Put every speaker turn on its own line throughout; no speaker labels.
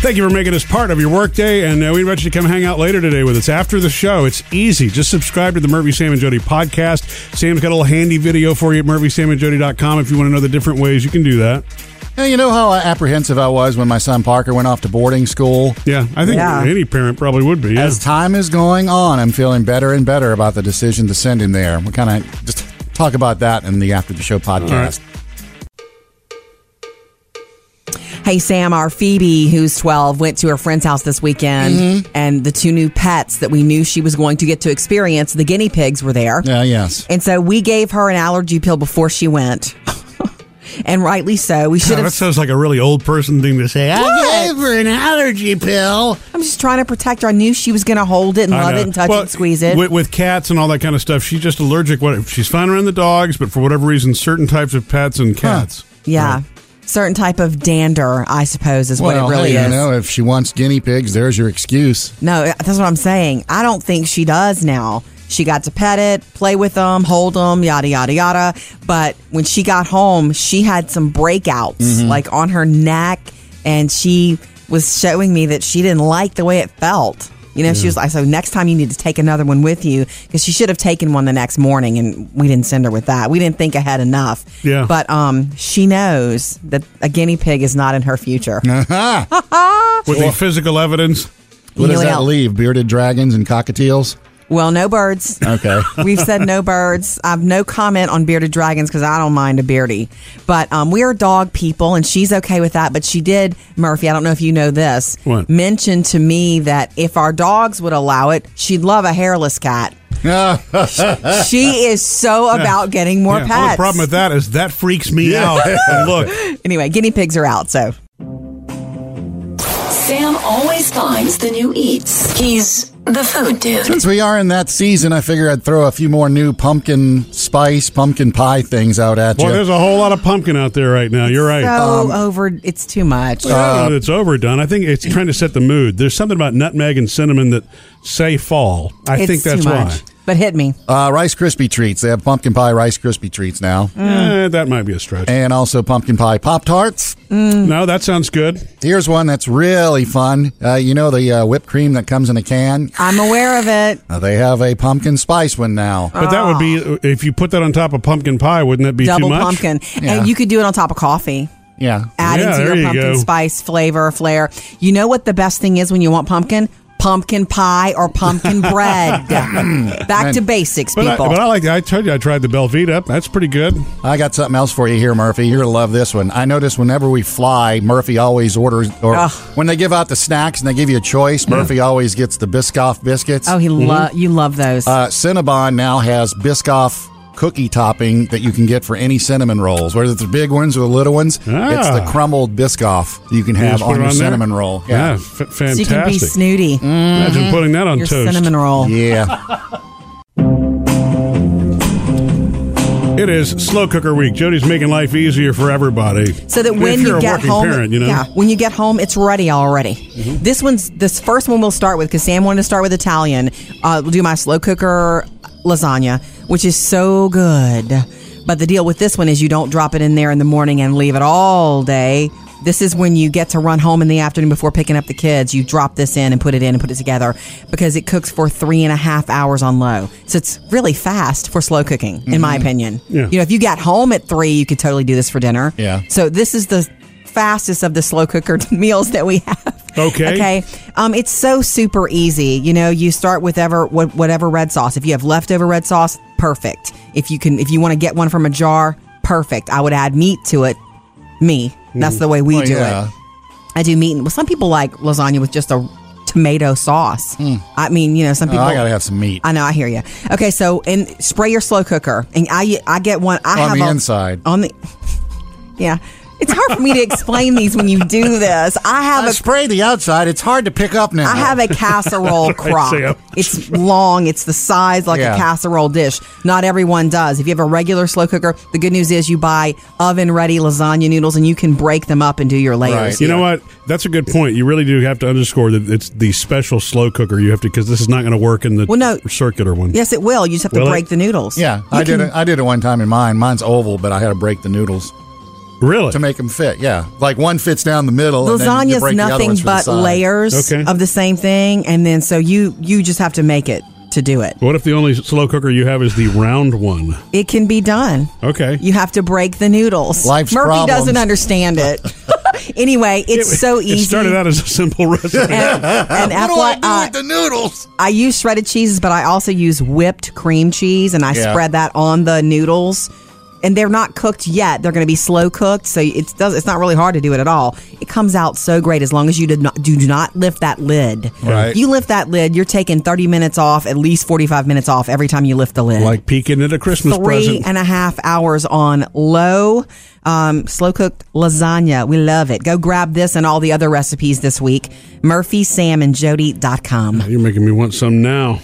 Thank you for making us part of your workday, and uh, we'd invite you to come hang out later today with us after the show. It's easy. Just subscribe to the Murphy, Sam, and Jody podcast. Sam's got a little handy video for you at murphysamandjody.com if you want to know the different ways you can do that.
Yeah, you know how apprehensive I was when my son Parker went off to boarding school?
Yeah, I think
Yeah.
any parent probably would be. Yeah.
As time is going on, I'm feeling better and better about the decision to send him there. We'll kind of just talk about that in the After the Show podcast.
Hey, Sam, our Phoebe, who's 12, went to her friend's house this weekend, and the two new pets that we knew she was going to get to experience, the guinea pigs, were there.
Yeah, yes.
And so we gave her an allergy pill before she went. and rightly so. We should
that
have.
sounds like a really old person thing to say. I
What?
gave her an allergy pill.
I'm just trying to protect her. I knew she was going to hold it and
I
love
know.
it and touch it
Well,
and squeeze it.
With, with cats and all that kind of stuff, she's just allergic. What She's fine around the dogs, but for whatever reason, certain types of pets and cats.
yeah.
Right.
Certain type of dander, I suppose, is
Well,
what it really
hey,
is.
you know, if she wants guinea pigs, there's your excuse.
No, uh, that's what I'm saying. I don't think she does now. She got to pet it, play with them, hold them, yada, yada, yada. But when she got home, she had some breakouts like on her neck, and she was showing me that she didn't like the way it felt. You know, she was like, so next time you need to take another one with you because she should have taken one the next morning, and we didn't send her with that. We didn't think ahead enough.
Yeah.
But um, she knows that a guinea pig is not in her future.
Aha!
With the physical evidence.
What does
Really
that
out-
leave? Bearded dragons and cockatiels?
Well, no birds.
Okay.
We've said no birds. I've no comment on bearded dragons because I don't mind a beardy. But um, we are dog people, and she's okay with that. But she did, Murphy. I don't know if you know this.
What?
Mention to me that if our dogs would allow it, she'd love a hairless cat. she is so about getting more
Yeah.
pets.
Well, the problem with that is that freaks me out. And look,
anyway, guinea pigs are out. So
Sam always finds the new eats. He's the food dude.
Since we are in that season, I figure I'd throw a few more new pumpkin spice, pumpkin pie things out at
boy,
you.
there's a whole lot of pumpkin out there right now. You're right.
so over. It's too
Uh,
much.
um, I don't know that it's overdone. I think it's trying to set the mood. There's something about nutmeg and cinnamon that say fall. I
it's
think that's
too
why.
much. But hit me.
Uh, Rice Krispie treats. They have pumpkin pie Rice Krispie treats now,
Mm.
Eh, that might be a stretch.
and also pumpkin pie Pop Tarts.
Mm.
No, that sounds good.
Here's one that's really fun. Uh, you know the uh, whipped cream that comes in a can?
I'm aware of it.
Uh, they have a pumpkin spice one now.
But that would be if you put that on top of pumpkin pie, wouldn't that be
Ah. Double
too much?
pumpkin,
Yeah.
and you could do it on top of coffee.
Yeah.
adding
Yeah,
to
there
your
you
pumpkin
go.
spice flavor flair. You know what the best thing is when you want pumpkin? Pumpkin pie or pumpkin bread. Back to basics,
Mm. But I,
people.
but I like. I told you, I tried the Belvita. That's pretty good.
I got something else for you here, Murphy. You're gonna love this one. I notice whenever we fly, Murphy always orders, or
Ugh.
when they give out the snacks and they give you a
Mm.
choice, Murphy always gets the Biscoff biscuits.
oh, he
Mm-hmm.
lo- you love those.
Uh, Cinnabon now has Biscoff cookie topping that you can get for any cinnamon rolls, whether it's the big ones or the little ones. It's
Ah.
the crumbled Biscoff you can
You
have
just put
on
it
your
there?
cinnamon roll.
Yeah, f-
so you can be
fantastic.
snooty.
Imagine putting that on
Your
toast.
cinnamon roll.
Yeah.
It is slow cooker week. Jody's making life easier for everybody.
So that
If
when
you're
you
a
get
working
home,
parent, you know. Mm-hmm.
yeah, when you get home, it's ready already. This one's this first one we'll start with because Sam wanted to start with Italian. Uh, we'll do my slow cooker lasagna, which is so good. But the deal with this one is you don't drop it in there in the morning and leave it all day. This is when you get to run home in the afternoon before picking up the kids. You drop this in and put it in and put it together because it cooks for three and a half hours on low. So it's really fast for slow cooking, in my opinion.
Mm-hmm. Yeah.
You know, if you got home at three, you could totally do this for dinner.
Yeah.
So this is the fastest of the slow cooker meals that we have.
Okay.
Okay. Um, it's so super easy. You know, you start with ever wha- whatever red sauce. If you have leftover red sauce, perfect. If you can, if you want to get one from a jar, perfect. I would add meat to it. Me. That's the way we
Mm. Well,
do
yeah.
it. I do meat. and- Well, some people like lasagna with just a tomato sauce. I mean, you know, some
Oh,
people.
I gotta have some meat
I know. I hear you. Okay, so and spray your slow cooker, and I I get one. I
on
have
the
a-
inside.
on the yeah. It's hard for me to explain these when you do this. I have
I
a
spray the outside. It's hard to pick up now.
I have a casserole crock.
Sam.
It's long. It's the size like
Yeah.
a casserole dish. Not everyone does. If you have a regular slow cooker, the good news is you buy oven ready lasagna noodles and you can break them up and do your layers.
Right.
You know what? That's a good point. You really do have to underscore that it's the special slow cooker you have to because this is not going to work in the
Well, no.
circular one.
Yes, it will. You just have
Will
to
it?
break the noodles.
Yeah,
You
I did
can-
it. I did it one time in mine. Mine's oval, but I had to break the noodles.
Really?
to make them fit. Yeah, like one fits down the middle. and then you
Lasagna's
break the other
nothing
ones for the
but
side.
layers
Okay.
of the same thing, and then so you you just have to make it to do it.
What if the only slow cooker you have is the round one?
It can be done.
Okay.
You have to break the noodles.
Life's
Murphy
problems.
doesn't understand it. anyway, it's so easy.
It started out as a simple recipe.
and, and
What do I do
FYI,
with the noodles?
I use shredded cheeses, but I also use whipped cream cheese, and I
Yeah.
spread that on the noodles. And they're not cooked yet; they're going to be slow cooked, so it's does it's not really hard to do it at all. It comes out so great as long as you did not do not lift that lid.
Right.
You lift that lid, you're taking thirty minutes off, at least forty five minutes off every time you lift the lid.
like peeking at a Christmas
Three
present.
and a half hours on low, um, slow cooked lasagna. We love it. Go grab this and all the other recipes this week. MurphySamAndJody.com.
You're making me want some now.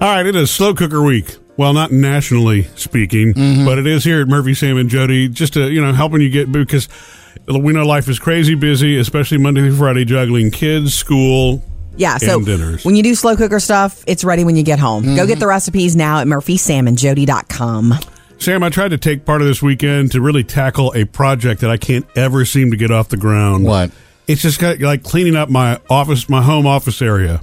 All right, it is slow cooker week. Well, not nationally speaking, but it is here at Murphy, Sam, and Jody. Just to you know, helping you get because we know life is crazy busy, especially Monday through Friday, juggling kids, school.
Yeah, so
And dinners. Mm-hmm.
when you do slow cooker stuff, it's ready when you get home. Go get the recipes now at murphysamandjody.com.
Sam, I tried to take part of this weekend to really tackle a project that I can't ever seem to get off the ground.
What?
It's just got, like cleaning up my office, my home office area.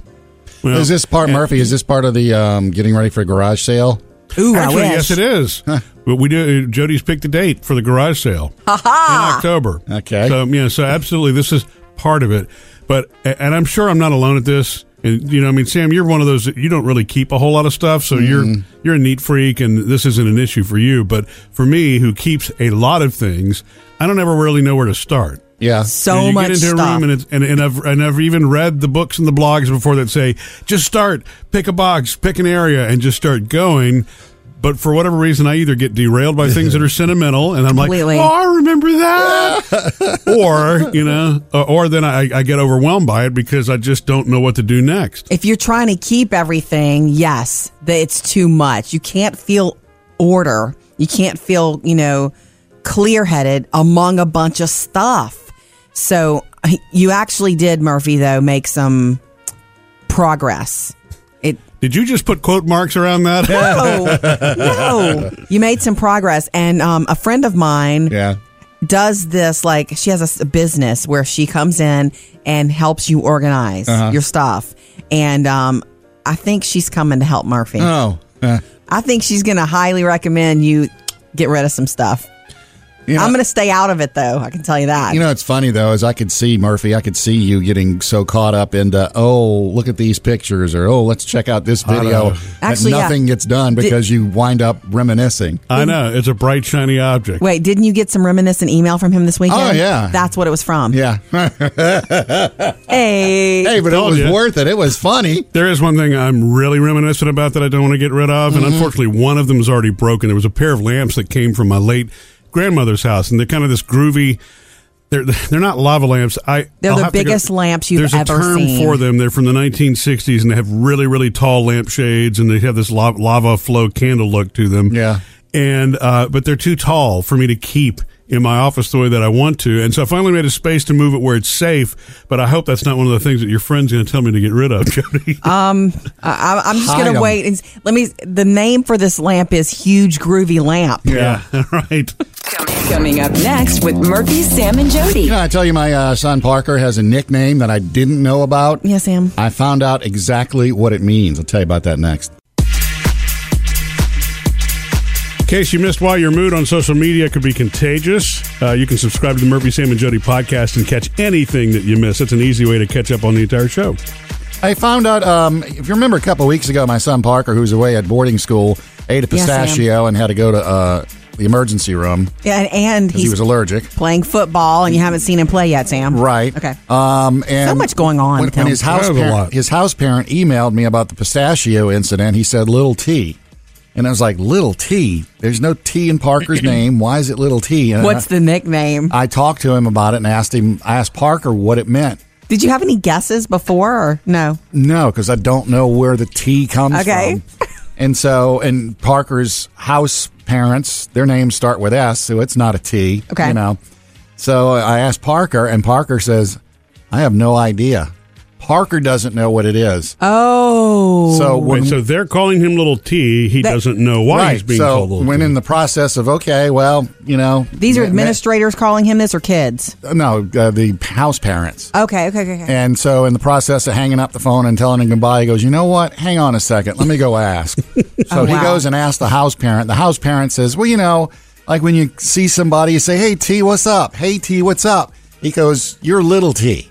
Well,
Is this part Murphy? Is this part of the um, getting ready for a garage sale?
Ooh,
Actually,
I wish.
yes, it is. But we do. uh, Jody's picked a date for the garage sale in October.
Okay.
So yeah, so absolutely, this is part of it. But and I'm sure I'm not alone at this. And you know, I mean, Sam, you're one of those that you don't really keep a whole lot of stuff, so you're you're a neat freak, and this isn't an issue for you. But for me, who keeps a lot of things, I don't ever really know where to start.
Yeah.
you
So
know, you
much
get into a
stuff.
room and, it's, and, and I've and I've even read the books and the blogs before that say just start, pick a box, pick an area, and just start going. But for whatever reason, I either get derailed by things that are sentimental, and I'm like,
Completely.
"Oh, I remember that," or you know, or, or then I, I get overwhelmed by it because I just don't know what to do next.
if you're trying to keep everything, yes, that it's too much. You can't feel order. You can't feel, you know, clear headed among a bunch of stuff. So you actually did, Murphy, though, make some progress. It
Did you just put quote marks around that?
no, no. You made some progress, and um, a friend of mine
Yeah.
does this like she has a s- a business where she comes in and helps you organize
Uh-huh.
your stuff and um i think she's coming to help murphy
Oh. Uh,
i think she's gonna highly recommend you get rid of some stuff
you know,
i'm gonna stay out of it though i can tell you that
You know, it's funny though, as I could see Murphy, I could see you getting so caught up into oh, look at these pictures, or oh, let's check out this video.
know.
that
Actually, yeah.
nothing gets done because you wind up reminiscing.
I know it's a bright shiny object.
wait didn't you get some reminiscent email from him this weekend
Oh, yeah.
that's what it was from
Yeah.
hey
hey, but it
Told
was
ya.
worth it. It was funny.
There is one thing I'm really reminiscent about that I don't want to get rid of,
Mm-hmm.
and unfortunately, one of them is already broken. There was a pair of lamps that came from my late grandmother's house, and they're kind of this groovy. They're they're not lava lamps. I
They're
I'll
the
have to go-
biggest lamps you've
There's
ever
a term
seen.
for them. They're from the 1960s, and they have really really tall lampshades, and they have this lava, lava flow candle look to them.
Yeah.
And uh, but they're too tall for me to keep in my office the way that I want to, and so I finally made a space to move it where it's safe. But I hope that's not one of the things that your friend's going to tell me to get rid of, Jody.
I, i'm just
Hide
gonna
'em.
wait and s- let me the name for this lamp is huge groovy lamp
Yeah, right.
Coming up next with Murphy, Sam, and Jody.
You know, I tell you, my uh, son Parker has a nickname that I didn't know about.
yes sam
I found out exactly what it means. I'll tell you about that next.
In case you missed why your mood on social media could be contagious, uh, you can subscribe to the Murphy, Sam, and Jody podcast and catch anything that you miss. That's an easy way to catch up on the entire show.
I found out, um, if you remember a couple weeks ago, my son Parker, who's away at boarding school, ate a
Yes, ma'am.
pistachio and had to go to uh, the emergency room
and, and
because
he's
he was allergic.
playing football and you haven't seen him play yet, Sam.
Right.
Okay.
Um, and
So much going on
When,
with
when
him.
his house
That was a
parent,
lot.
his house parent emailed me about the pistachio incident, he said little T, and I was like little T. There's no T in Parker's name. Why is it little T? And
What's the nickname?
I talked to him about it and asked him, I asked Parker what it meant.
Did you have any guesses before or no?
No, because I don't know where the T comes
Okay.
from. And so, and Parker's house parents, their names start with S, so it's not a T.
Okay.
You know. So I asked Parker, and Parker says, I have no idea. Parker doesn't know what it is.
Oh.
so when
Wait, so they're calling him Little T. He
That-
doesn't know why he's being
so
called Little
when
T.
in the process of okay, well, you know,
these are
ma- ma-
administrators calling him this or kids?
No, uh, the house parents.
Okay, okay, okay. okay.
And so, in the process of hanging up the phone and telling him goodbye, he goes, "You know what? Hang on a second. Let me go ask." so he
Oh, wow.
goes and asks the house parent. The house parent says, "Well, you know, like when you see somebody, you say, "Hey T, what's up? Hey T, what's up?" He goes, "You're little T."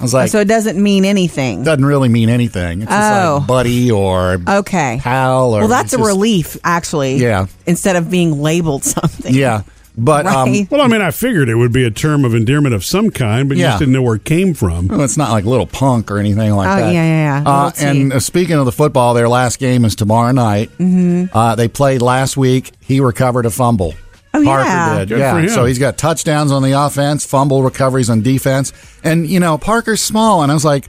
I was like,
so it doesn't mean anything.
doesn't really mean anything. It's just
Oh.
like buddy or
Okay.
pal or
Well, that's a
just-
relief, actually.
Yeah.
Instead of being labeled something.
Yeah, but um,
Right?
well, I mean, I figured it would be a term of endearment of some kind, but you
Yeah.
just didn't know where it came from.
Well, it's not like little punk or anything like
Oh,
that.
yeah, yeah, yeah.
Uh,
Little T.
and uh, speaking of the football, their last game is tomorrow night. Mm-hmm. Uh, they played last week. He recovered a fumble.
Oh,
Parker
yeah.
did.
Good
yeah.
for him.
So he's got touchdowns on the offense, fumble recoveries on defense, and you know Parker's small, and I was like,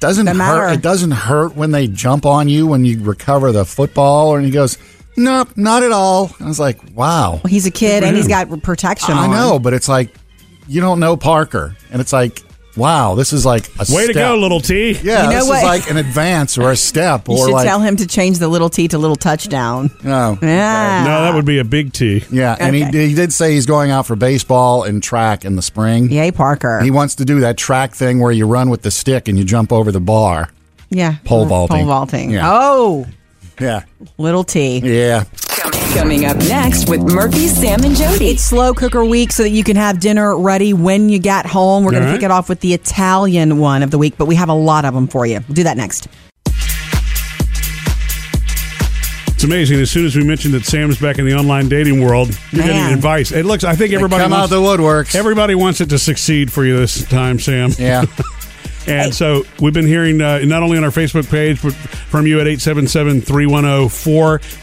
doesn't
Doesn't
hurt.
matter.
It doesn't hurt when they jump on you when you recover the football, and he goes, nope, not at all. And I was like, wow.
Well, he's a kid and he's got protection
I
on.
know, but it's like you don't know Parker, and it's like, wow, this is like a
Way to
step.
go, Little T.
Yeah,
You know
this is
what?
like an advance or a step
You
or
should
like
tell him to change the little T to little touchdown.
no.
Yeah.
No, that would be a big T.
Yeah, and
Okay.
he, he did say he's going out for baseball and track in the spring.
Yay, Parker.
He wants to do that track thing where you run with the stick and you jump over the bar.
yeah.
Pole vaulting.
Pole vaulting.
Yeah.
Oh,
Yeah.
little T.
Yeah.
Coming up next with Murphy, Sam, and Jody.
It's slow cooker week so that you can have dinner ready when you get home. We're going
All
to
right.
kick it off with the Italian one of the week, but we have a lot of them for you. We'll do that next.
It's amazing. As soon as we mentioned that Sam's back in the online dating world, you're
Man.
getting advice. It looks. I think everybody
Come
wants,
out the woodworks.
everybody wants it to succeed for you this time, Sam.
yeah.
And so we've been hearing uh, not only on our Facebook page, but from you at 877 310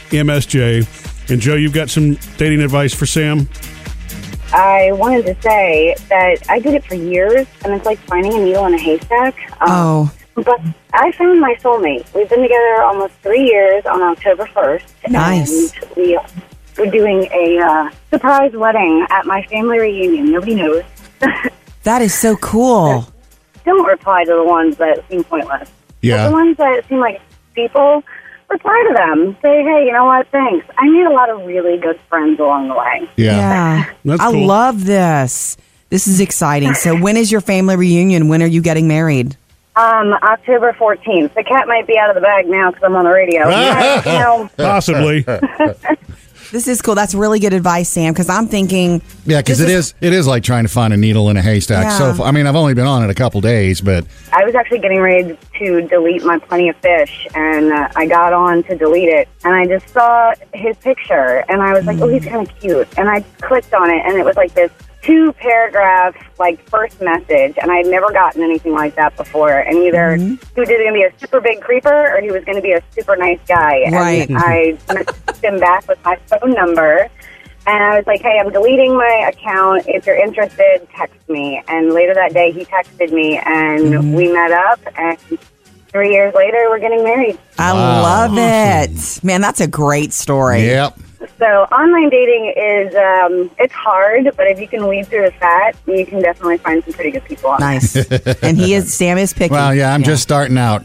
4MSJ. And Joe, you've got some dating advice for Sam?
I wanted to say that I did it for years, and it's like finding a needle in a haystack. Um,
Oh.
But I found my soulmate. We've been together almost three years on October 1st.
Nice.
And we, we're doing a uh, surprise wedding at my family reunion. Nobody knows.
That is so cool.
Don't reply to the ones that seem pointless. But the
Yeah.
ones that seem like people, reply to them. Say, hey, you know what? Thanks. I made a lot of really good friends along the way.
Yeah.
That's
I
cool.
love this. This is exciting. So, when is your family reunion? When are you getting married?
Um, October 14th. The cat might be out of the bag now because I'm on the radio. But, you know,
Possibly.
This is cool. That's really good advice, Sam, because I'm thinking.
Yeah, because
This
it is it is like trying to find a needle in a haystack.
Yeah.
So far. I mean, I've only been on it a couple days, but
I was actually getting ready to delete my Plenty of Fish, and uh, I got on to delete it, and I just saw his picture, and I was like, oh, he's kind of cute. And I clicked on it, and it was like this two paragraph, like, first message, and I had never gotten anything like that before. And either he was either going to be a super big creeper or he was going to be a super nice guy.
Right.
And I messaged him back with my phone number. And I was like, hey, I'm deleting my account. If you're interested, text me. And later that day, he texted me and we met up. And three years later, we're getting married.
I love it. Man, that's a great story.
yep.
So online dating is, um, it's hard, but if you can weed through the fat, you can definitely find some pretty good people.
Nice. and he is, Sam is picking.
Well, yeah, I'm just starting out.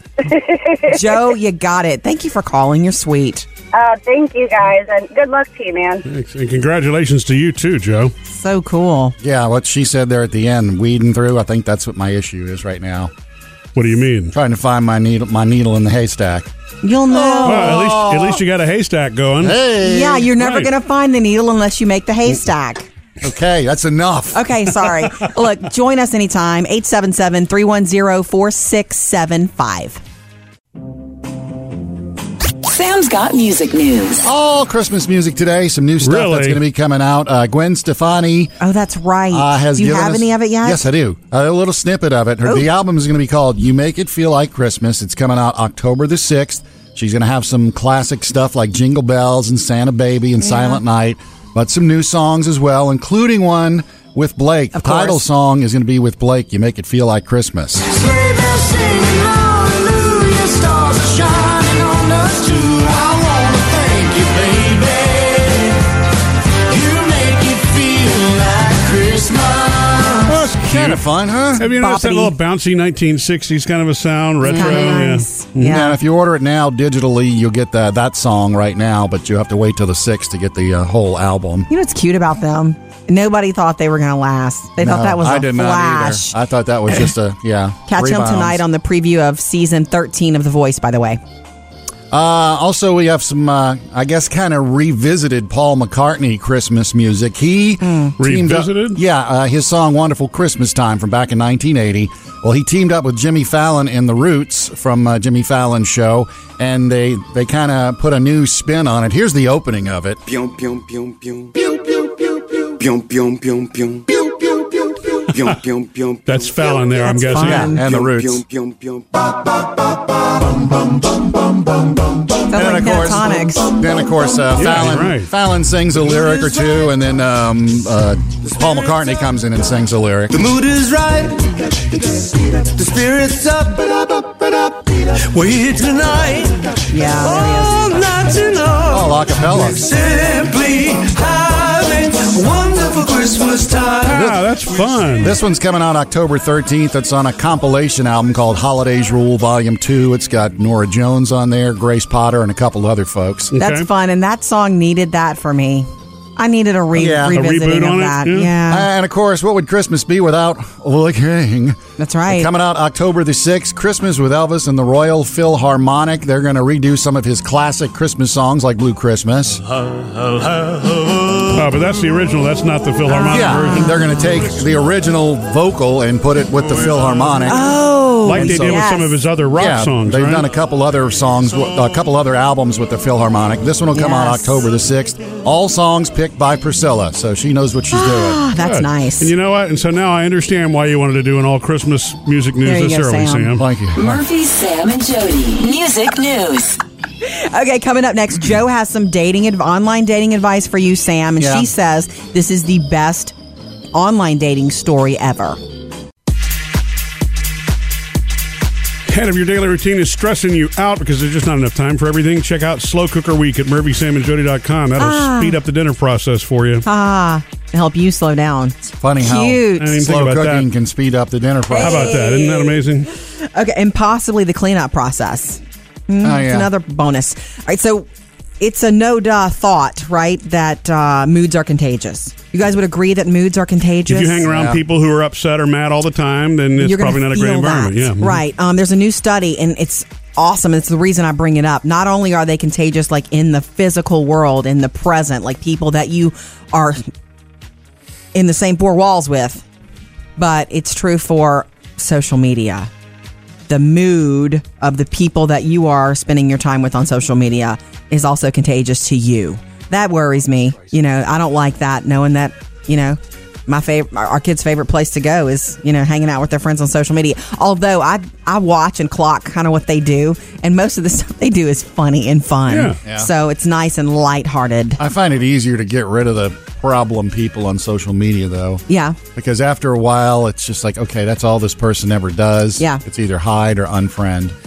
Joe, you got it. Thank you for calling. You're sweet.
Uh, thank you guys, and good luck to you, man.
Thanks. And congratulations to you, too, Joe.
So cool.
Yeah, what she said there at the end, weeding through. I think that's what my issue is right now.
What do you mean?
Trying to find my needle my needle in the haystack.
Oh,
You'll know.
Well, at least, at least you got a haystack going.
Hey.
Yeah, you're never
Right.
going to find the needle unless you make the haystack.
Okay, that's enough.
Okay, sorry. Look, join us anytime, 877 310 4675.
Sam's got music news.
All Christmas music today. Some new stuff
Really?
that's going to be coming out. Uh, Gwen Stefani
Oh, that's right.
uh, has
Do you
given
have
us-
any of it yet? Oh.
Yes, I do. A little snippet of it. Her, the album is going to be called "You Make It Feel Like Christmas." It's coming out October the sixth. She's going to have some classic stuff like "Jingle Bells" and "Santa Baby" and "Silent Night," but some new songs as well, including one with Blake.
Of
the title
course.
song is going to be with Blake. "You Make It Feel Like Christmas."
sleigh bells singing, hallelujah, stars are shining on us too. I wanna thank you, baby. You make it feel like Christmas.
That's
kind of fun, huh?
Have you noticed that
Boppity.
little bouncy 1960s kind of a sound, retro?
Kinda
yeah.
nice.
Now,
Yeah.
if you order it now digitally, you'll get the, that song right now, but you have to wait till the 6th to get the uh, whole album.
You know what's cute about them? Nobody thought they were going to last. They
No,
thought that was a
I did
flash.
not either. I thought that was just a, yeah.
Catch
three
them
bombs.
tonight on the preview of season 13 of The Voice, by the way.
Uh, also, we have some, uh, I guess, kind of revisited Paul McCartney Christmas music. He teamed up-
Hmm. Revisited?
yeah, uh, his song "Wonderful Christmas Time" from back in 1980. Well, he teamed up with Jimmy Fallon and the Roots from uh, Jimmy Fallon's show, and they they kind of put a new spin on it. Here's the opening of it.
Pion, pion, pion, pion. Pion, pion, pion, pion. Pion, pion, pion, pion. Pion, pion, pion, pion. Pion, pion, pion, pion.
That's Fallon there, I'm
That's
guessing.
fun.
Yeah, and the Roots.
Pion, pion, pion, pion.
Sounds like pentatonics.
then of course, uh,
Yeah,
Fallon
right.
Fallon sings a lyric or two, and then um, uh, Paul McCartney comes in and sings a lyric.
The mood is right. The spirit's up. We're here tonight.
Yeah,
All night to know.
All a cappella.
Simply having a wonderful Christmas time.
Wow, Ah, that's fun.
This one's coming out October 13th. It's on a compilation album called Holidays Rule Volume 2. It's got Nora Jones on there, Grace Potter, and a couple other folks.
Okay.
that's fun. And that song needed that for me. I needed a, re-
Yeah. A
revisiting
Oh, reboot
of
on it?
that.
Yeah.
Yeah.
And of course, what would Christmas be without licking?
That's right.
Coming out October the 6th, Christmas with Elvis and the Royal Philharmonic. They're going to redo some of his classic Christmas songs like Blue Christmas.
Uh-huh. Oh, but that's the original. That's not the Philharmonic
Yeah,
version.
they're going to take the original vocal and put it with the Philharmonic.
Oh,
Like they did with
yes.
some of his other rock
yeah,
songs.
They've
right?
done a couple other songs, a couple other albums with the Philharmonic. This one will come out
Yes.
October the 6th. All songs picked by Priscilla, so she knows what she's doing.
Ah, that's
Good.
nice.
And you know what? And so now I understand why you wanted to do an all Christmas music news
There you
this
go,
early,
Sam.
Sam.
Thank you.
Murphy, Sam, and Jody. Music news.
Okay, coming up next, Joe has some dating adv- online dating advice for you, Sam, and
Yeah.
she says this is the best online dating story ever.
And if your daily routine is stressing you out because there's just not enough time for everything, check out Slow Cooker Week at MurphySamandJody.com. That'll speed up the dinner process for you.
Ah, to help you slow down.
Funny
Cute.
I
how
didn't think
slow
about that.
cooking can speed up the dinner
How
process.
about that? Isn't that amazing?
Okay, and possibly the cleanup process. Hmm,
Oh, yeah.
It's another bonus. All right, so it's a no duh thought, right? That uh, moods are contagious. You guys would agree that moods are contagious.
If you hang around
Yeah.
people who are upset or mad all the time, then it's
You're gonna
probably not a great
feel
environment.
that.
Yeah. mhm.
Right. Um, there's a new study, and it's awesome. It's the reason I bring it up. Not only are they contagious, like in the physical world, in the present, like people that you are in the same four walls with, but it's true for social media. The mood of the people that you are spending your time with on social media is also contagious to you. That worries me. You know, I don't like that knowing that, you know, my favorite our kids favorite place to go is, you know, hanging out with their friends on social media. Although I I watch and clock kind of what they do and most of the stuff they do is funny and fun.
Yeah.
Yeah.
So it's nice and lighthearted.
I find it easier to get rid of the problem people on social media, though.
Yeah.
Because after a while, it's just like, okay, that's all this person ever does.
Yeah.
It's either hide or unfriend.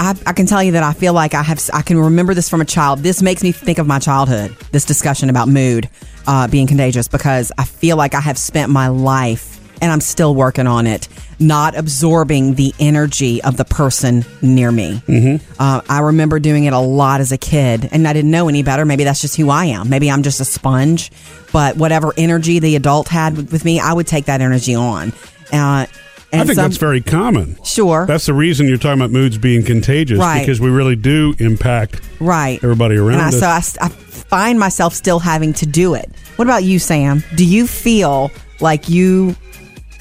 I, I can tell you that I feel like I have I can remember this from a child. This makes me think of my childhood. This discussion about mood uh, being contagious because I feel like I have spent my life and I'm still working on it, not absorbing the energy of the person near me. Mm-hmm. Uh, I remember doing it a lot as a kid, and I didn't know any better. Maybe that's just who I am. Maybe I'm just a sponge. But whatever energy the adult had with, with me, I would take that energy on. Uh, and
I think
some-
that's very common.
Sure.
That's the reason you're talking about moods being contagious
Right.
because we really do impact
right
everybody around
and I,
us.
so I, s- I find myself still having to do it what about you sam do you feel like you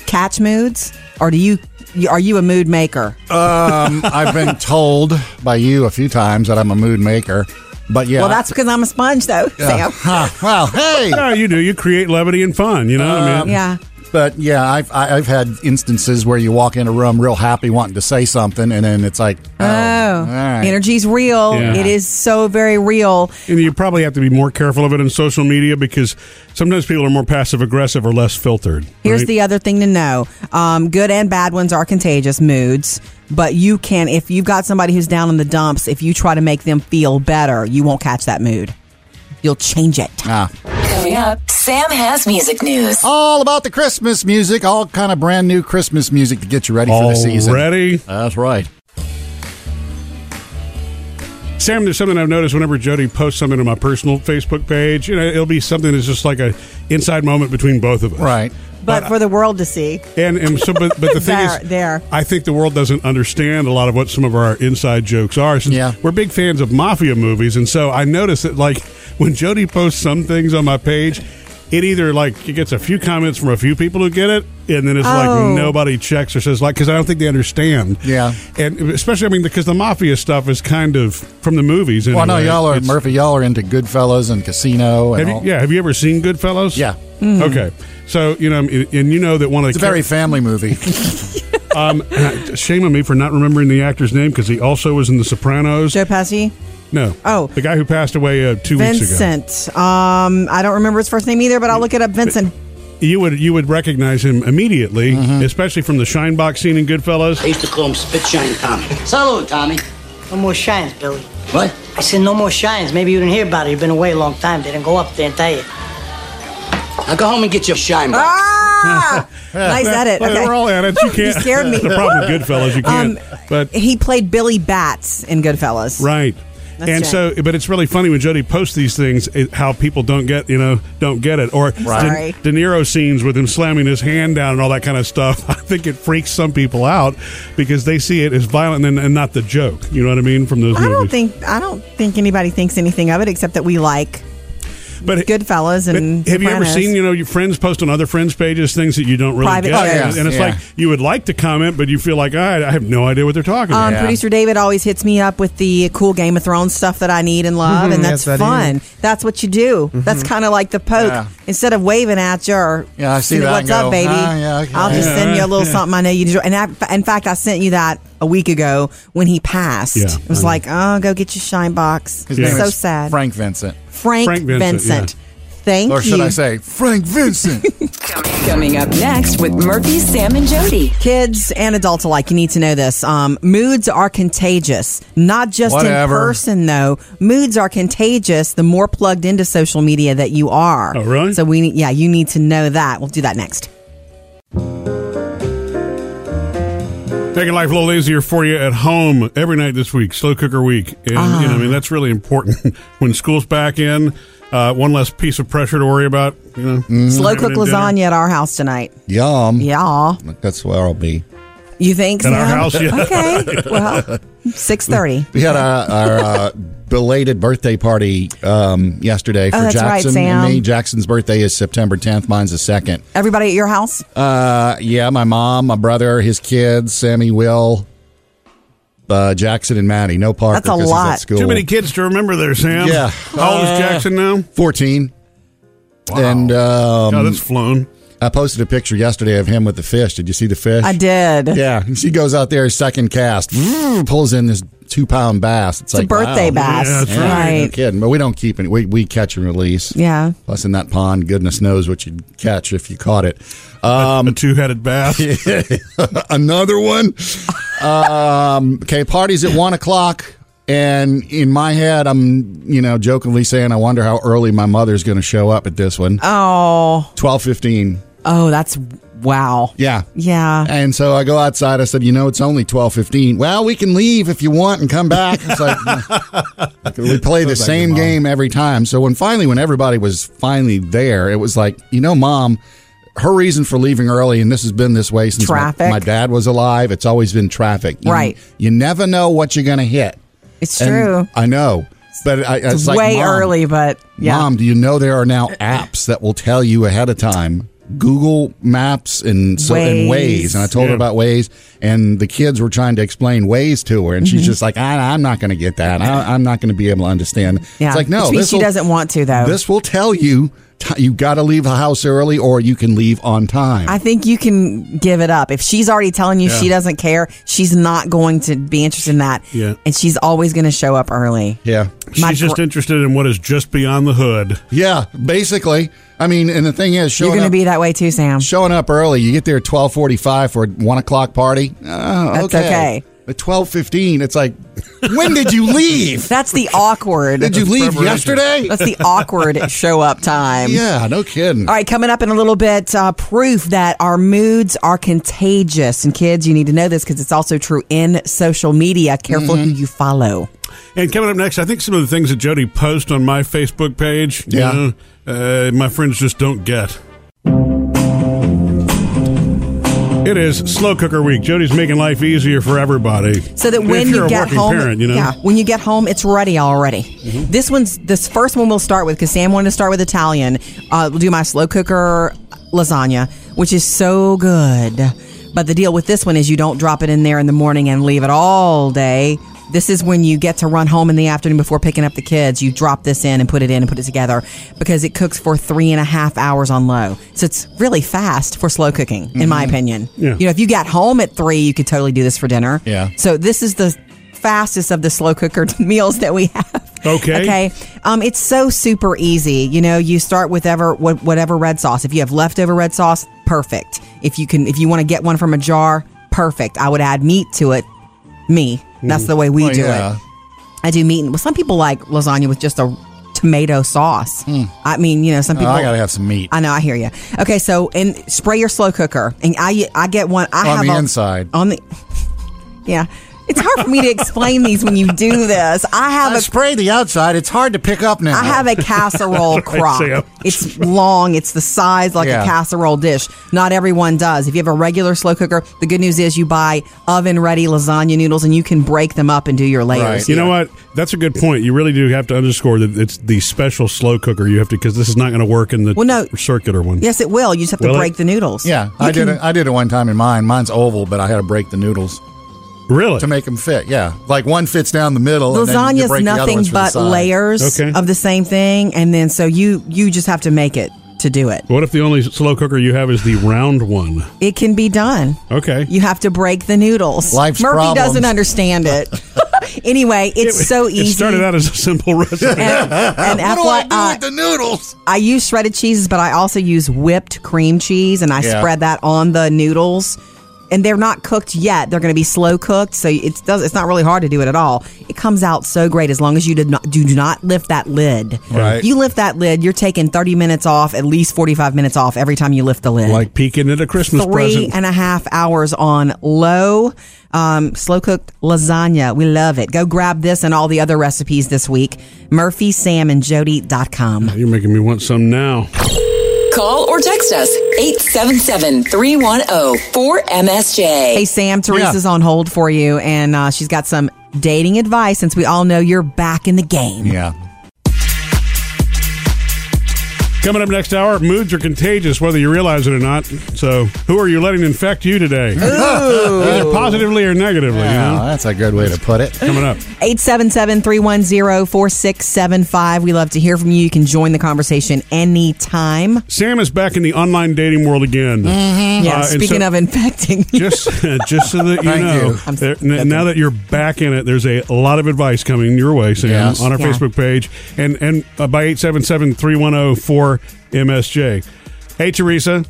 catch moods or do you you- are you a mood maker
Uh,
Um, I've been told by you a few times that I'm a mood maker, but yeah.
well that's because i'm a sponge though
Yeah.
sam
Huh. Well, hey.
yeah, you do. You create levity and fun. You know what I mean?
Uh, yeah
But yeah, I've I- I've had instances where you walk in a room real happy, wanting to say something, and then it's like, oh, all
Oh,
right.
energy's real.
Yeah.
It is so very real.
And you probably have to be more careful of it in social media because sometimes people are more passive aggressive or less filtered.
Here's
right?
the other thing to know: um, good and bad ones are contagious moods. But you can, if you've got somebody who's down in the dumps, if you try to make them feel better, you won't catch that mood. You'll change it.
Ah.
Coming Coming up, Sam has music news.
All about the Christmas music, all kind of brand new Christmas music to get you ready for the season.
Already?
That's right.
Sam, there's something I've noticed whenever Jody posts something on my personal Facebook page, you know, it'll be something that's just like a inside moment between both of us.
Right.
but for the world to see.
And, and so, but, but the thing is,
There, there.
I think the world doesn't understand a lot of what some of our inside jokes are. Since
Yeah.
We're big fans of mafia movies. And so I notice that, like, when Jody posts some things on my page, it either, like, it gets a few comments from a few people who get it, and then it's
Oh.
like nobody checks or says, like, because I don't think they understand.
Yeah.
And especially, I mean, because the mafia stuff is kind of from the movies.
Well, I know
anyway.
y'all are
It's-
Murphy. Y'all are into Goodfellas and Casino and
have you,
all.
yeah, have you ever seen Goodfellas?
Yeah.
Mm-hmm.
Okay, so you know, and and you know that one of the
It's a very family movie.
Um, shame on me for not remembering the actor's name because he also was in The Sopranos.
Joe Pesci,
No.
Oh.
the guy who passed away uh, two weeks ago.
Vincent. Um, I don't remember his first name either, but I'll look it up. Vincent.
You would you would recognize him immediately, especially from the shine box scene in Goodfellas.
used to call him Spit Shine Tommy. Salute, Tommy.
No more shines, Billy.
What?
I said no more shines. Maybe you didn't hear about it. You've been away a long time. They didn't go up there and tell you.
Now go home and get your shine box.
Ah! nice edit.
Well, We're
Okay.
all at it. You can't.
scared me.
the problem with Goodfellas, you can't.
Um,
but
He played Billy Bats in Goodfellas.
right.
That's
and
right.
so, but it's really funny when Jody posts these things, it, how people don't get, you know, don't get it. Or
Sorry.
De, De Niro scenes with him slamming his hand down and all that kind of stuff. I think it freaks some people out because they see it as violent and, and not the joke. You know what I mean? From those
I
movies.
don't think I don't think anybody thinks anything of it except that we like
but
Goodfellas
But
and
have you ever
Sopranos.
seen you know your friends post on other friends' pages things that you don't really
Private
get,
jokes.
and it's
Yeah.
like you would like to comment, but you feel like I, I have no idea what they're talking
Um,
about.
Producer David always hits me up with the cool Game of Thrones stuff that I need and love,
Mm-hmm.
and that's
yes, I do.
fun. That's what you do. That's kind of like the poke.
Yeah.
Instead of waving at you, or
Yeah, I see
you know,
that
What's
and go,
up, baby?
"Ah, yeah, okay."
I'll just
Yeah,
send you a
right,
little
yeah.
something I know you enjoy. And I, in fact, I sent you that a week ago when he passed.
Yeah,
it was
I know.
like, oh, go get your shine box.
His
Yeah.
name
So
is
sad.
Frank Vincent,
Frank,
Frank Vincent,
Vincent. Thank
or
you.
should I say Frank Vincent?
Coming up next with Murphy, Sam, and Jody.
Kids and adults alike, you need to know this. Um, moods are contagious. Not just
Whatever.
in person, though. Moods are contagious the more plugged into social media that you are.
Oh, really?
So we, yeah, you need to know that. We'll do that next.
Making life a little easier for you at home every night this week, slow cooker week, and you know,
Ah.
I mean that's really important when school's back in. Uh, one less piece of pressure to worry about. You know,
Mm. Slow
Having
cook
a dinner.
lasagna at our house tonight.
Yum.
Yeah,
That's where I'll be.
you think?
At our
Sam?
house, yeah.
Okay. Well, six thirty.
We had our, our uh, belated birthday party um, yesterday for
Oh, that's right,
Jackson
Sam.
and me. Jackson's birthday is September 10th. Mine's the second.
Everybody at your house?
Uh, yeah, my mom, my brother, his kids, Sammy, Will, uh, Jackson, and Maddie. No Parker.
That's a
'cause he's
lot.
At school.
Too many kids to remember there, Sam.
Yeah.
How old
Uh,
is Jackson
um,
now?
Fourteen. And um,
oh, that's flown.
I posted a picture yesterday of him with the fish. Did you see the fish?
I did.
Yeah, and she goes out there second cast, pulls in this two pound bass. It's,
It's
like
a birthday
wow.
bass,
Yeah, that's
Yeah, no
right?
kidding. But we don't keep any. We, we catch and release.
Yeah.
Plus, in that pond, goodness knows what you'd catch if you caught it.
um,
a two-headed bass.
Another one. um, okay, party's at one o'clock. And in my head, I'm, you know, jokingly saying, I wonder how early my mother's going to show up at this one.
Oh,
12.15.
oh, that's wow.
Yeah.
Yeah.
And so I go outside. I said, you know, it's only 12.15. Well, we can leave if you want and come back. It's like, we play the same game every time. So when finally, when everybody was finally there, it was like, you know, mom, her reason for leaving early, and this has been this way since my-
Traffic.
My, dad was alive. It's always been traffic. You-
Right.
You never know what you're going to hit.
It's
And
true.
I know. But I, it's, like,
way
Mom,
early, but yeah. Uh,
Mom, do you know there are now apps that will tell you ahead of time? Google Maps and so and
Waze.
Waze, and I told her
Yeah.
about Waze, and the kids were trying to explain Waze to her, and
Mm-hmm.
she's just like, I, "I'm not going to get that. I, I'm not going to be able to understand."
yeah.
It's like, no,
Which means
this
she
will-
doesn't want to though.
This will tell you t- you got to leave the house early, or you can leave on time.
I think you can give it up. If she's already telling you she doesn't care, she's not going to be interested in that.
Yeah.
And she's always going to show up early.
yeah,
My
She's just
gr-
interested in what is just beyond the hood.
yeah. Basically, I mean, and the thing is,
You're
showing
going to
up,
be that way too, Sam.
showing up early. You get there at twelve forty five for a one o'clock party. Oh,
That's okay.
At twelve fifteen, it's like, when did you leave?
That's the awkward.
Did you leave yesterday?
That's the awkward show up time.
Yeah, no kidding.
All right, coming up in a little bit, uh, proof that our moods are contagious. And kids, you need to know this because it's also true in social media. Careful
Mm-hmm.
who you follow.
And coming up next, I think some of the things that Jody posts on my Facebook page,
Yeah.
you know, uh, my friends just don't get. It is slow cooker week. Jody's making life easier for everybody.
So that when
if you're
you
a
get
working
home,
parent, you know, Mm-hmm.
yeah, when you get home, it's ready already. This one's this first one we'll start with because Sam wanted to start with Italian. Uh, we'll do my slow cooker lasagna, which is so good. But the deal with this one is you don't drop it in there in the morning and leave it all day. This is when you get to run home in the afternoon before picking up the kids. You drop this in and put it in and put it together because it cooks for three and a half hours on low. So it's really fast for slow cooking, in my opinion.
Mm-hmm. Yeah.
You know, if you got home at three, you could totally do this for dinner.
Yeah.
So this is the fastest of the slow cooker meals that we have.
Okay.
Okay. Um, it's so super easy. You know, you start with ever wh- whatever red sauce. If you have leftover red sauce, perfect. If you can, if you want to get one from a jar, perfect. I would add meat to it. Me. That's the way we
Mm. Well,
do
yeah.
it. I do meat. And, well, some people like lasagna with just a tomato sauce. I mean, you know, some
Hmm. Oh,
people.
I gotta have some meat.
I know. I hear you. Okay, so and spray your slow cooker, and I I get one. I
On
have
the
a-
inside.
On the yeah, it's hard for me to explain these when you do this. I have
I
a
spray the outside. It's hard to pick up now.
I have a casserole crock.
Sam.
It's long. It's the size like
Yeah.
a casserole dish. Not everyone does. If you have a regular slow cooker, the good news is you buy oven ready lasagna noodles and you can break them up and do your layers.
Right.
You know what? That's a good point. You really do have to underscore that it's the special slow cooker you have to because this is not going to work in the
Well, no.
circular one.
Yes, it will. You just have
Will
to
it?
break the noodles.
Yeah, I did it. I did it one time in mine. Mine's oval, but I had to break the noodles
Really?
to make them fit. Yeah, like one fits down the middle. and then you
lasagna's
break the other
nothing
ones for the
but
side.
layers
Okay.
of the same thing and then so you you just have to make it to do it
What if the only slow cooker you have is the round one?
it can be done
Okay.
you have to break the noodles
Life's
murphy
problems.
doesn't understand it anyway it's
It-
so easy
It started out as a simple recipe.
and, and
What do I do
FYI,
with the noodles?
I use shredded cheeses, but I also use whipped cream cheese, and I
Yeah.
spread that on the noodles. And they're not cooked yet; they're going to be slow cooked, so it's does it's not really hard to do it at all. It comes out so great as long as you did not do not lift that lid.
Right.
If you lift that lid, you're taking thirty minutes off, at least forty five minutes off every time you lift the lid.
like peeking at a Christmas
Three
present.
and a half hours on low, um, slow cooked lasagna. We love it. Go grab this and all the other recipes this week. MurphySamandJody.com.
You're making me want some now.
Call or text us 877
Hey,
310 4MSJ.
Sam, Teresa's on hold for you, and uh, she's got some dating advice since we all know you're back in the game.
Yeah,
Coming up next hour, moods are contagious, whether you realize it or not. So, who are you letting infect you today? Either positively or negatively.
Oh,
You know?
that's a good way to put it.
Coming up.
877 310 4675. We love to hear from you. You can join the conversation anytime.
Sam is back in the online dating world again.
Yeah,
Uh, and
speaking
so-
of infecting,
just just so that you
Thank
know,
you.
I'm
there-
so-
n- now that you're back in it, there's a lot of advice coming your way, Sam,
Yes.
on our
Yeah.
Facebook page and and uh, by 877-310-4MSJ. Hey, Teresa.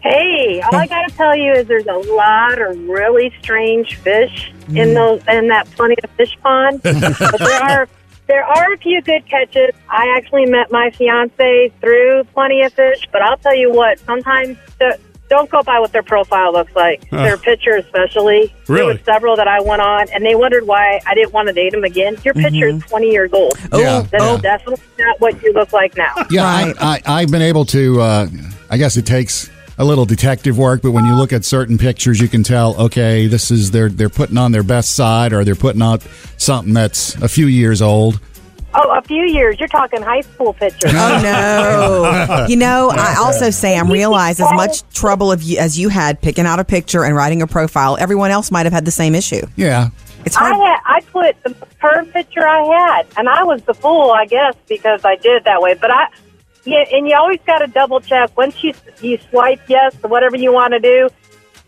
Hey, all I gotta tell you is there's a lot of really strange fish in those in that plenty of fish pond. but there are there are a few good catches. I actually met my fiance through plenty of fish, but I'll tell you what, sometimes the, don't go by what their profile looks like. Their picture, especially. There
Really?
were several that I went on, and they wondered why I didn't want to date them again. Your picture is 20 years old.
Yeah,
That's
yeah.
definitely not what you look like now.
Yeah, I, I, I've been able to. Uh, I guess it takes a little detective work, but when you look at certain pictures, you can tell. Okay, this is they're they're putting on their best side, or they're putting on something that's a few years old.
Oh, a few years. You're talking high school pictures.
Oh no! you know, I also say I'm realize as much trouble of you, as you had picking out a picture and writing a profile, everyone else might have had the same issue.
Yeah,
It's
I
hard.
had I put the first picture I had, and I was the fool, I guess, because I did it that way. But I, yeah, and you always got to double check once you you swipe yes to whatever you want to do.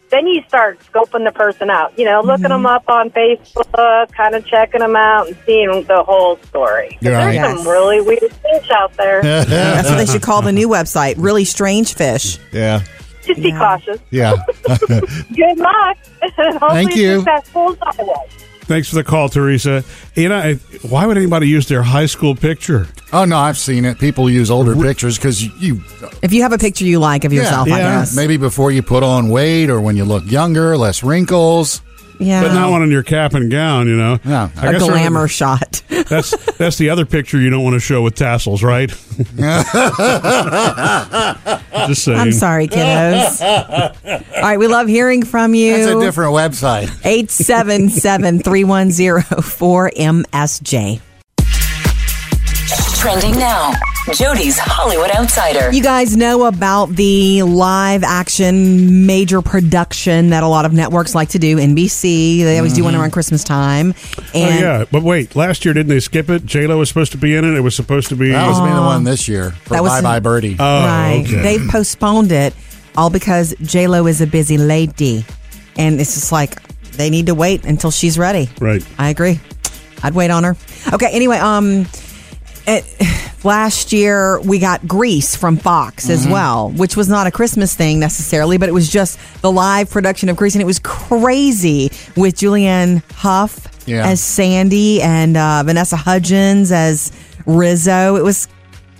Then you start scoping the person out, you know, looking them up on Facebook, kind of checking them out and seeing the whole story. 'Cause
Right.
There's
Yes.
some really weird fish out there.
That's what they should call the new website. Really strange fish.
yeah.
Just be cautious.
Yeah.
Good luck. Hopefully
Thank
it's
you.
Successful as always.
Thanks for the call, Teresa. You know, I- why would anybody use their high school picture?
Oh no, I've seen it. People use older pictures because you
If you have a picture you like of yourself, I guess.
Maybe before you put on weight or when you look younger, less wrinkles.
Yeah.
But not one in your cap and gown, you know. No,
A glamour shot.
that's that's the other picture you don't want to show with tassels, right? Just saying.
I'm sorry, kiddos. All right, we love hearing from you.
That's a different website.
877 310 4MSJ.
Trending now. Jody's Hollywood Outsider.
You guys know about the live action major production that a lot of networks like to do. NBC, they always do one
Mhm.
around Christmas time.
oh
And
yeah, but wait, last year didn't they skip it? J Lo was supposed to be in it. It was supposed to be.
That was me, the one
this year
That was-
Birdie.
Oh,
right.
okay.
They've postponed it all because J Lo is a busy lady, and it's just like they need to wait until she's ready.
Right.
I agree. I'd wait on her. Okay. Anyway, um, it, last year we got Grease from Fox as
Mm-hmm.
Mhm.
well, which was not a Christmas thing necessarily, but it was just the live production of Grease, and it was crazy with Julianne Hough
Yeah.
as Sandy and uh, Vanessa Hudgens as Rizzo. It was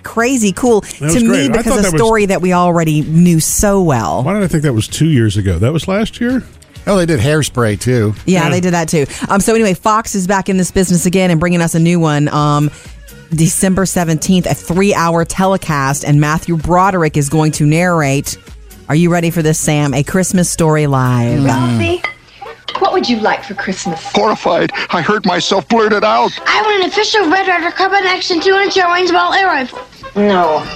crazy cool
That was
to
great. I
me
thought
because a
that was-
story that we already knew so well.
Why did I think that was two years ago? That was last year.
Oh, they did hairspray too.
Yeah, they did that too. Um, so anyway, Fox is back in this business again and bringing us a new one. Um, December 17th, a three hour telecast, and Matthew Broderick is going to narrate. Are you ready for this, Sam? A Christmas Story Live.
Ralphie, what would you like for Christmas?
Horrified, I heard myself blurted out.
I want an official Red Rider Carbon Action 2 inch Wayne's Ball air rifle. No.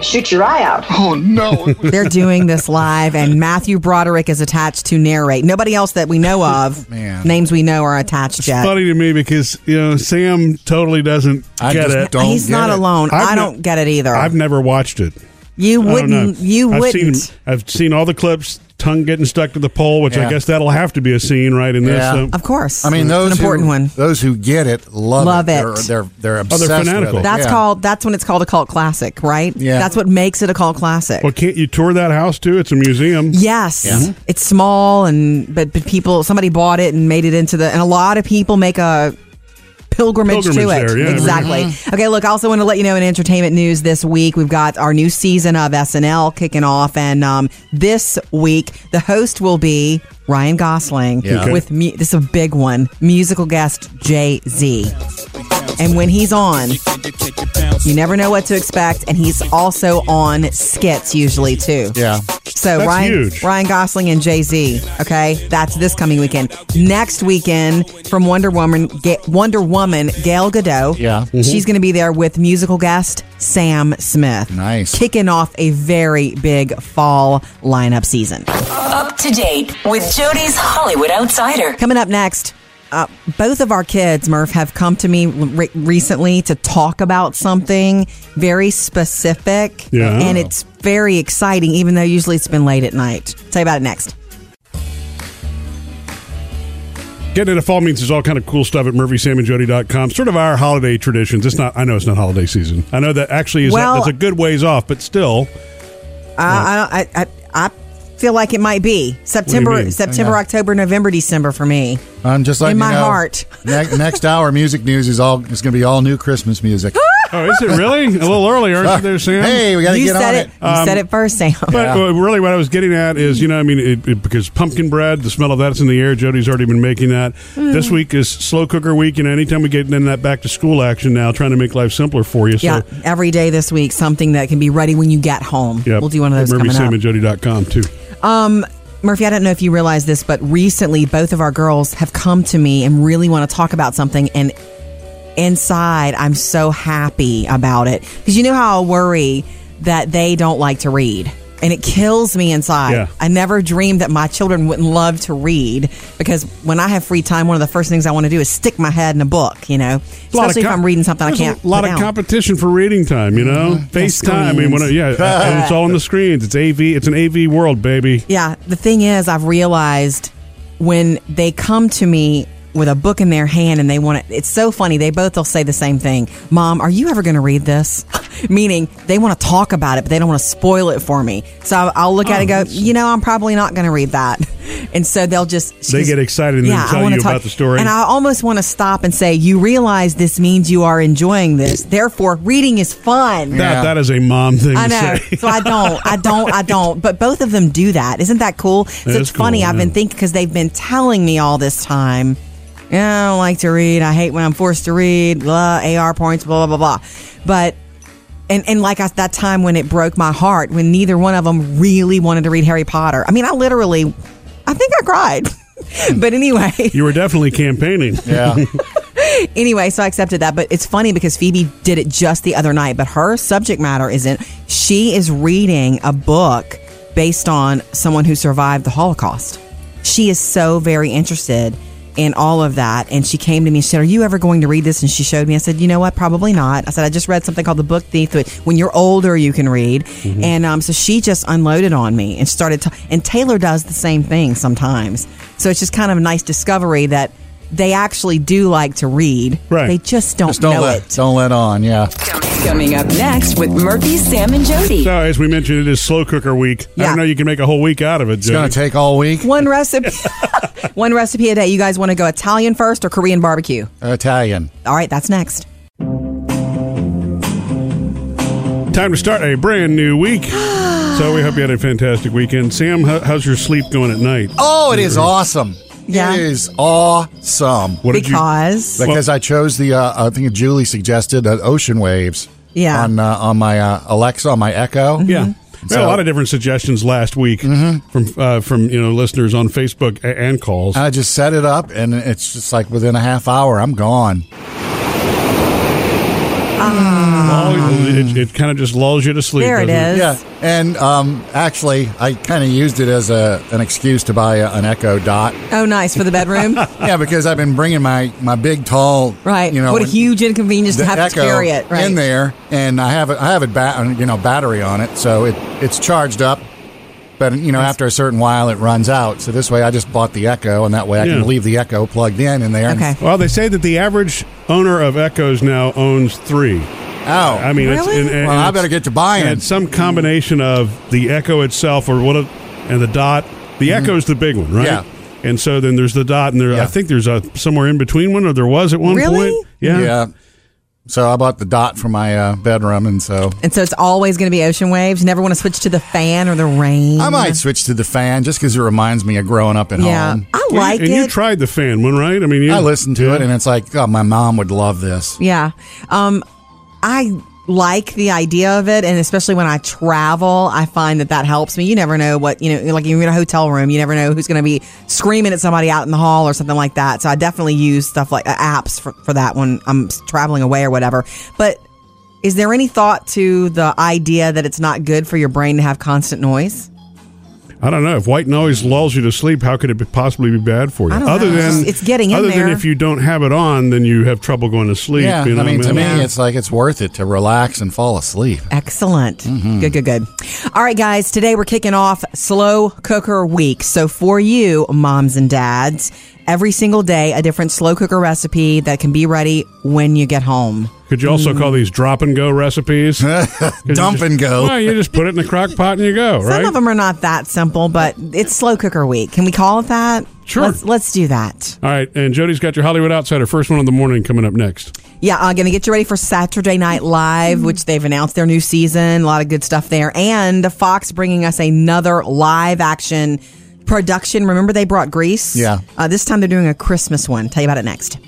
Shoot your eye out.
Oh, no.
They're doing this live, and Matthew Broderick is attached to narrate. Nobody else that we know of,
Man.
names we know, are attached yet.
Funny to me because you know Sam totally doesn't
I
get
just
it.
don't He's get not it. alone. I don't get it either.
I've never watched it.
You
I don't know.
wouldn't- you
I've
wouldn't.
Seen, I've seen all the clips. Tongue getting stuck to the pole, which I
Yeah.
guess that'll have to be a scene, right? In this, so-
Of course.
I mean,
It's an
those
important
who,
one.
Those who get it love,
Love it.
They're they're, they're obsessed with it.
That's
Yeah.
called. That's when it's called a cult classic, right?
Yeah.
That's what makes it a cult classic.
Well, can't you tour that house too? It's a museum.
Yes,
Mm-hmm.
it's small, and but, but people somebody bought it and made it into the, and a lot of people make a pilgrimage, to
Pilgrimage
it.
there, yeah.
exactly.
Mhm.
Okay, look, I also want to let you know in entertainment news this week we've got our new season of SNL kicking off, and um, this week the host will be Ryan Gosling
Yeah. Okay.
with me. This is a big one. Musical guest Jay Z, and when he's on. You never know what to expect, and he's also on skits usually too.
Yeah.
So
That's
Ryan
huge.
Ryan Gosling and Jay Z. Okay, that's this coming weekend. Next weekend from Wonder Woman, Ga- Wonder Woman Gail Gadot.
Yeah.
she's going to be there with musical guest Sam Smith. Nice, kicking off a very big fall lineup season.
Up to date with Jody's Hollywood Outsider.
Coming up next, uh, both of our kids, Murph, have come to me re- recently to talk about something very specific.
Yeah.
And it's very exciting, even though usually it's been late at night. Tell you about it next.
Getting into fall means there's all kind of cool stuff at murphysamandjody.com. Sort of our holiday traditions. It's not. I know it's not holiday season. I know that actually is
Well-
that's a good ways off, but still.
I, I, don't- I, I, I feel like it might be September,
mean?
September,
Hang on.
October, November, December for me.
I'm just letting
In
you
my
know,
heart.
ne- next hour, music news is all. It's going to be all new Christmas music.
Oh, is it really? a little early, aren't you there, Sam?
Hey, we got to
you
get
said
on
it.
it. Um,
You said it first, Sam.
But uh, really, what I was getting at is, you know, I mean, it, it- because pumpkin bread, the smell of that's in the air. Jody's already been making that.
Mm.
This week is slow cooker week, and anytime we get in that back to school action now, trying to make life simpler for you. So,
yeah, every day this week, something that can be ready when you get home.
yeah,
We'll do one of those coming up.
MurphySamandJody.com too.
Um, Murphy, I don't know if you realize this, but recently both of our girls have come to me and really want to talk about something. And inside, I'm so happy about it because you know how I worry that they don't like to read. And it kills me inside.
Yeah.
I never dreamed that my children wouldn't love to read because when I have free time, one of the first things I want to do is stick my head in a book, you know,
Lot of
especially if
com-
I'm reading something I
There's
can't.
A lot
put
of
down. Mm-hmm.
competition for reading time, you know. FaceTime. I mean, when, I- yeah, and it's all on the screens. It's AV. It's an AV world, baby.
Yeah. The thing is, I've realized when they come to me, with a book in their hand and they want it. It's so funny. They both will say the same thing. Mom, are you ever going to read this? Meaning they want to talk about it, but they don't want to spoil it for me. So I'll, I'll look at it
Oh,
and go, you know, I'm probably not going to read that. And so they'll just. she
They
goes,
get excited and then
I
tell
wanna
you about the story."
And I almost want to stop and say, you realize this means you are enjoying this. Therefore, reading is fun.
That, that is a mom thing
I
to
know.
say.
so I don't. I don't. I don't. But both of them do that. Isn't that cool? So
That
it's
is cool,
funny. I've been
yeah.
thinking because they've been telling me all this time. Yeah, I don't like to read. I hate when I'm forced to read. Blah, AR points. Blah blah blah blah. But and and like I, that time when it broke my heart when neither one of them really wanted to read Harry Potter. I mean, I literally, I think I cried. but anyway,
You were definitely campaigning.
Yeah.
anyway, so I accepted that. But it's funny because Phoebe did it just the other night, but her subject matter isn't. She is reading a book based on someone who survived the Holocaust. She is so very interested in all of that. And she came to me and she said, Are you ever going to read this? And she showed me. I said, You know what? Probably not. I said, I just read something called The Book Thief. that When you're older, you can read. And um, so she just unloaded on me and started. ta- and Taylor does the same thing sometimes. So it's just kind of a nice discovery that they actually do like to read. Right. They just don't,
Just don't
know
let
it.
don't let on. Yeah.
Coming up next with Murphy, Sam, and Jody.
So, as we mentioned, it is slow cooker week. I
Yeah.
don't know you can make a whole week out of it. It's
gonna
take all week.
One recipe, one recipe a day. You guys want to go Italian first or Korean barbecue?
Italian.
All right, that's next.
Time to start a brand new week. so we hope you had a fantastic weekend. Sam, how, how's your sleep going at night?
Oh, it is awesome.
Yeah.
It is awesome.
What did you- Because?
because I chose the uh, I think Julie suggested uh, ocean waves.
Yeah.
On uh, on my uh, Alexa on my Echo.
Yeah. We had a lot of different suggestions last week from uh, from you know listeners on Facebook a- and calls.
I just set it up, and it's just like within a half hour, I'm gone.
it kind of just lulls you to sleep. doesn't
Yeah, and um, actually, I kind of used it as a an excuse to buy a, an Echo Dot.
Oh, nice for the bedroom.
yeah, because I've been bringing my my big tall
Right.
You know,
what a
and
huge inconvenience to
the
have to
Echo
carry it. Right.
in there, and I have it. I have it ba- you know battery on it, so it it's charged up. But you know, after a certain while, it runs out. So this way, I just bought the Echo, and that way I
Yeah.
can leave the Echo plugged in in there. And
Well, they say that the average owner of Echoes now owns three.
Oh,
I mean, it's,
Really?
and, and
Well, I
it's-
better get to buying.
and It's some combination of the Echo itself, or what, a, and the Dot. The Echo is the big one, right?
Mm-hmm. Yeah.
And so then there's the Dot, and there I think there's a somewhere in between one, or there was at one
Really?
point. Yeah.
yeah. So I bought the Dot for my uh, bedroom, and so
And so it's always going to be ocean waves. You never want to switch to the fan or the rain.
I might switch to the fan just because it reminds me of growing up at
Yeah.
home.
I Well, you- like
and you
it.
tried the fan one, right? I mean, you,
I listened to it, and it's like, oh, my mom would love this.
Yeah. Um, I like the idea of it. And especially when I travel, I find that that helps me. You never know what, you know, like you're in a hotel room, you never know who's going to be screaming at somebody out in the hall or something like that. So I definitely use stuff like uh, apps for, for that when I'm traveling away or whatever. But is there any thought to the idea that it's not good for your brain to have constant noise?
I don't know if white noise lulls you to sleep. How could it be- possibly be bad for you?
I don't
other
know.
than
It's getting in
other
there.
than if you don't have it on, then you have trouble going to sleep.
yeah,
you know,
I mean, to
Yeah.
me, it's like it's worth it to relax and fall asleep.
Excellent. Good, good, good. All right, guys. Today we're kicking off Slow Cooker Week. So for you, moms and dads, every single day a different slow cooker recipe that can be ready when you get home.
Could you also call these drop and go recipes? Dump
and go.
Well, you just put it in the crock pot and you go,
Some
right?
of them are not that simple, but it's Slow Cooker Week. Can we call it that? Sure. Let's, let's do that.
All right, and Jody's got your Hollywood Outsider first one of the morning coming up next.
Yeah, I'm going to get you ready for Saturday Night Live, which they've announced their new season. A lot of good stuff there. And Fox bringing us another live action production. Remember, they brought Grease?
Yeah.
Uh, this time they're doing a Christmas one. Tell you about it next.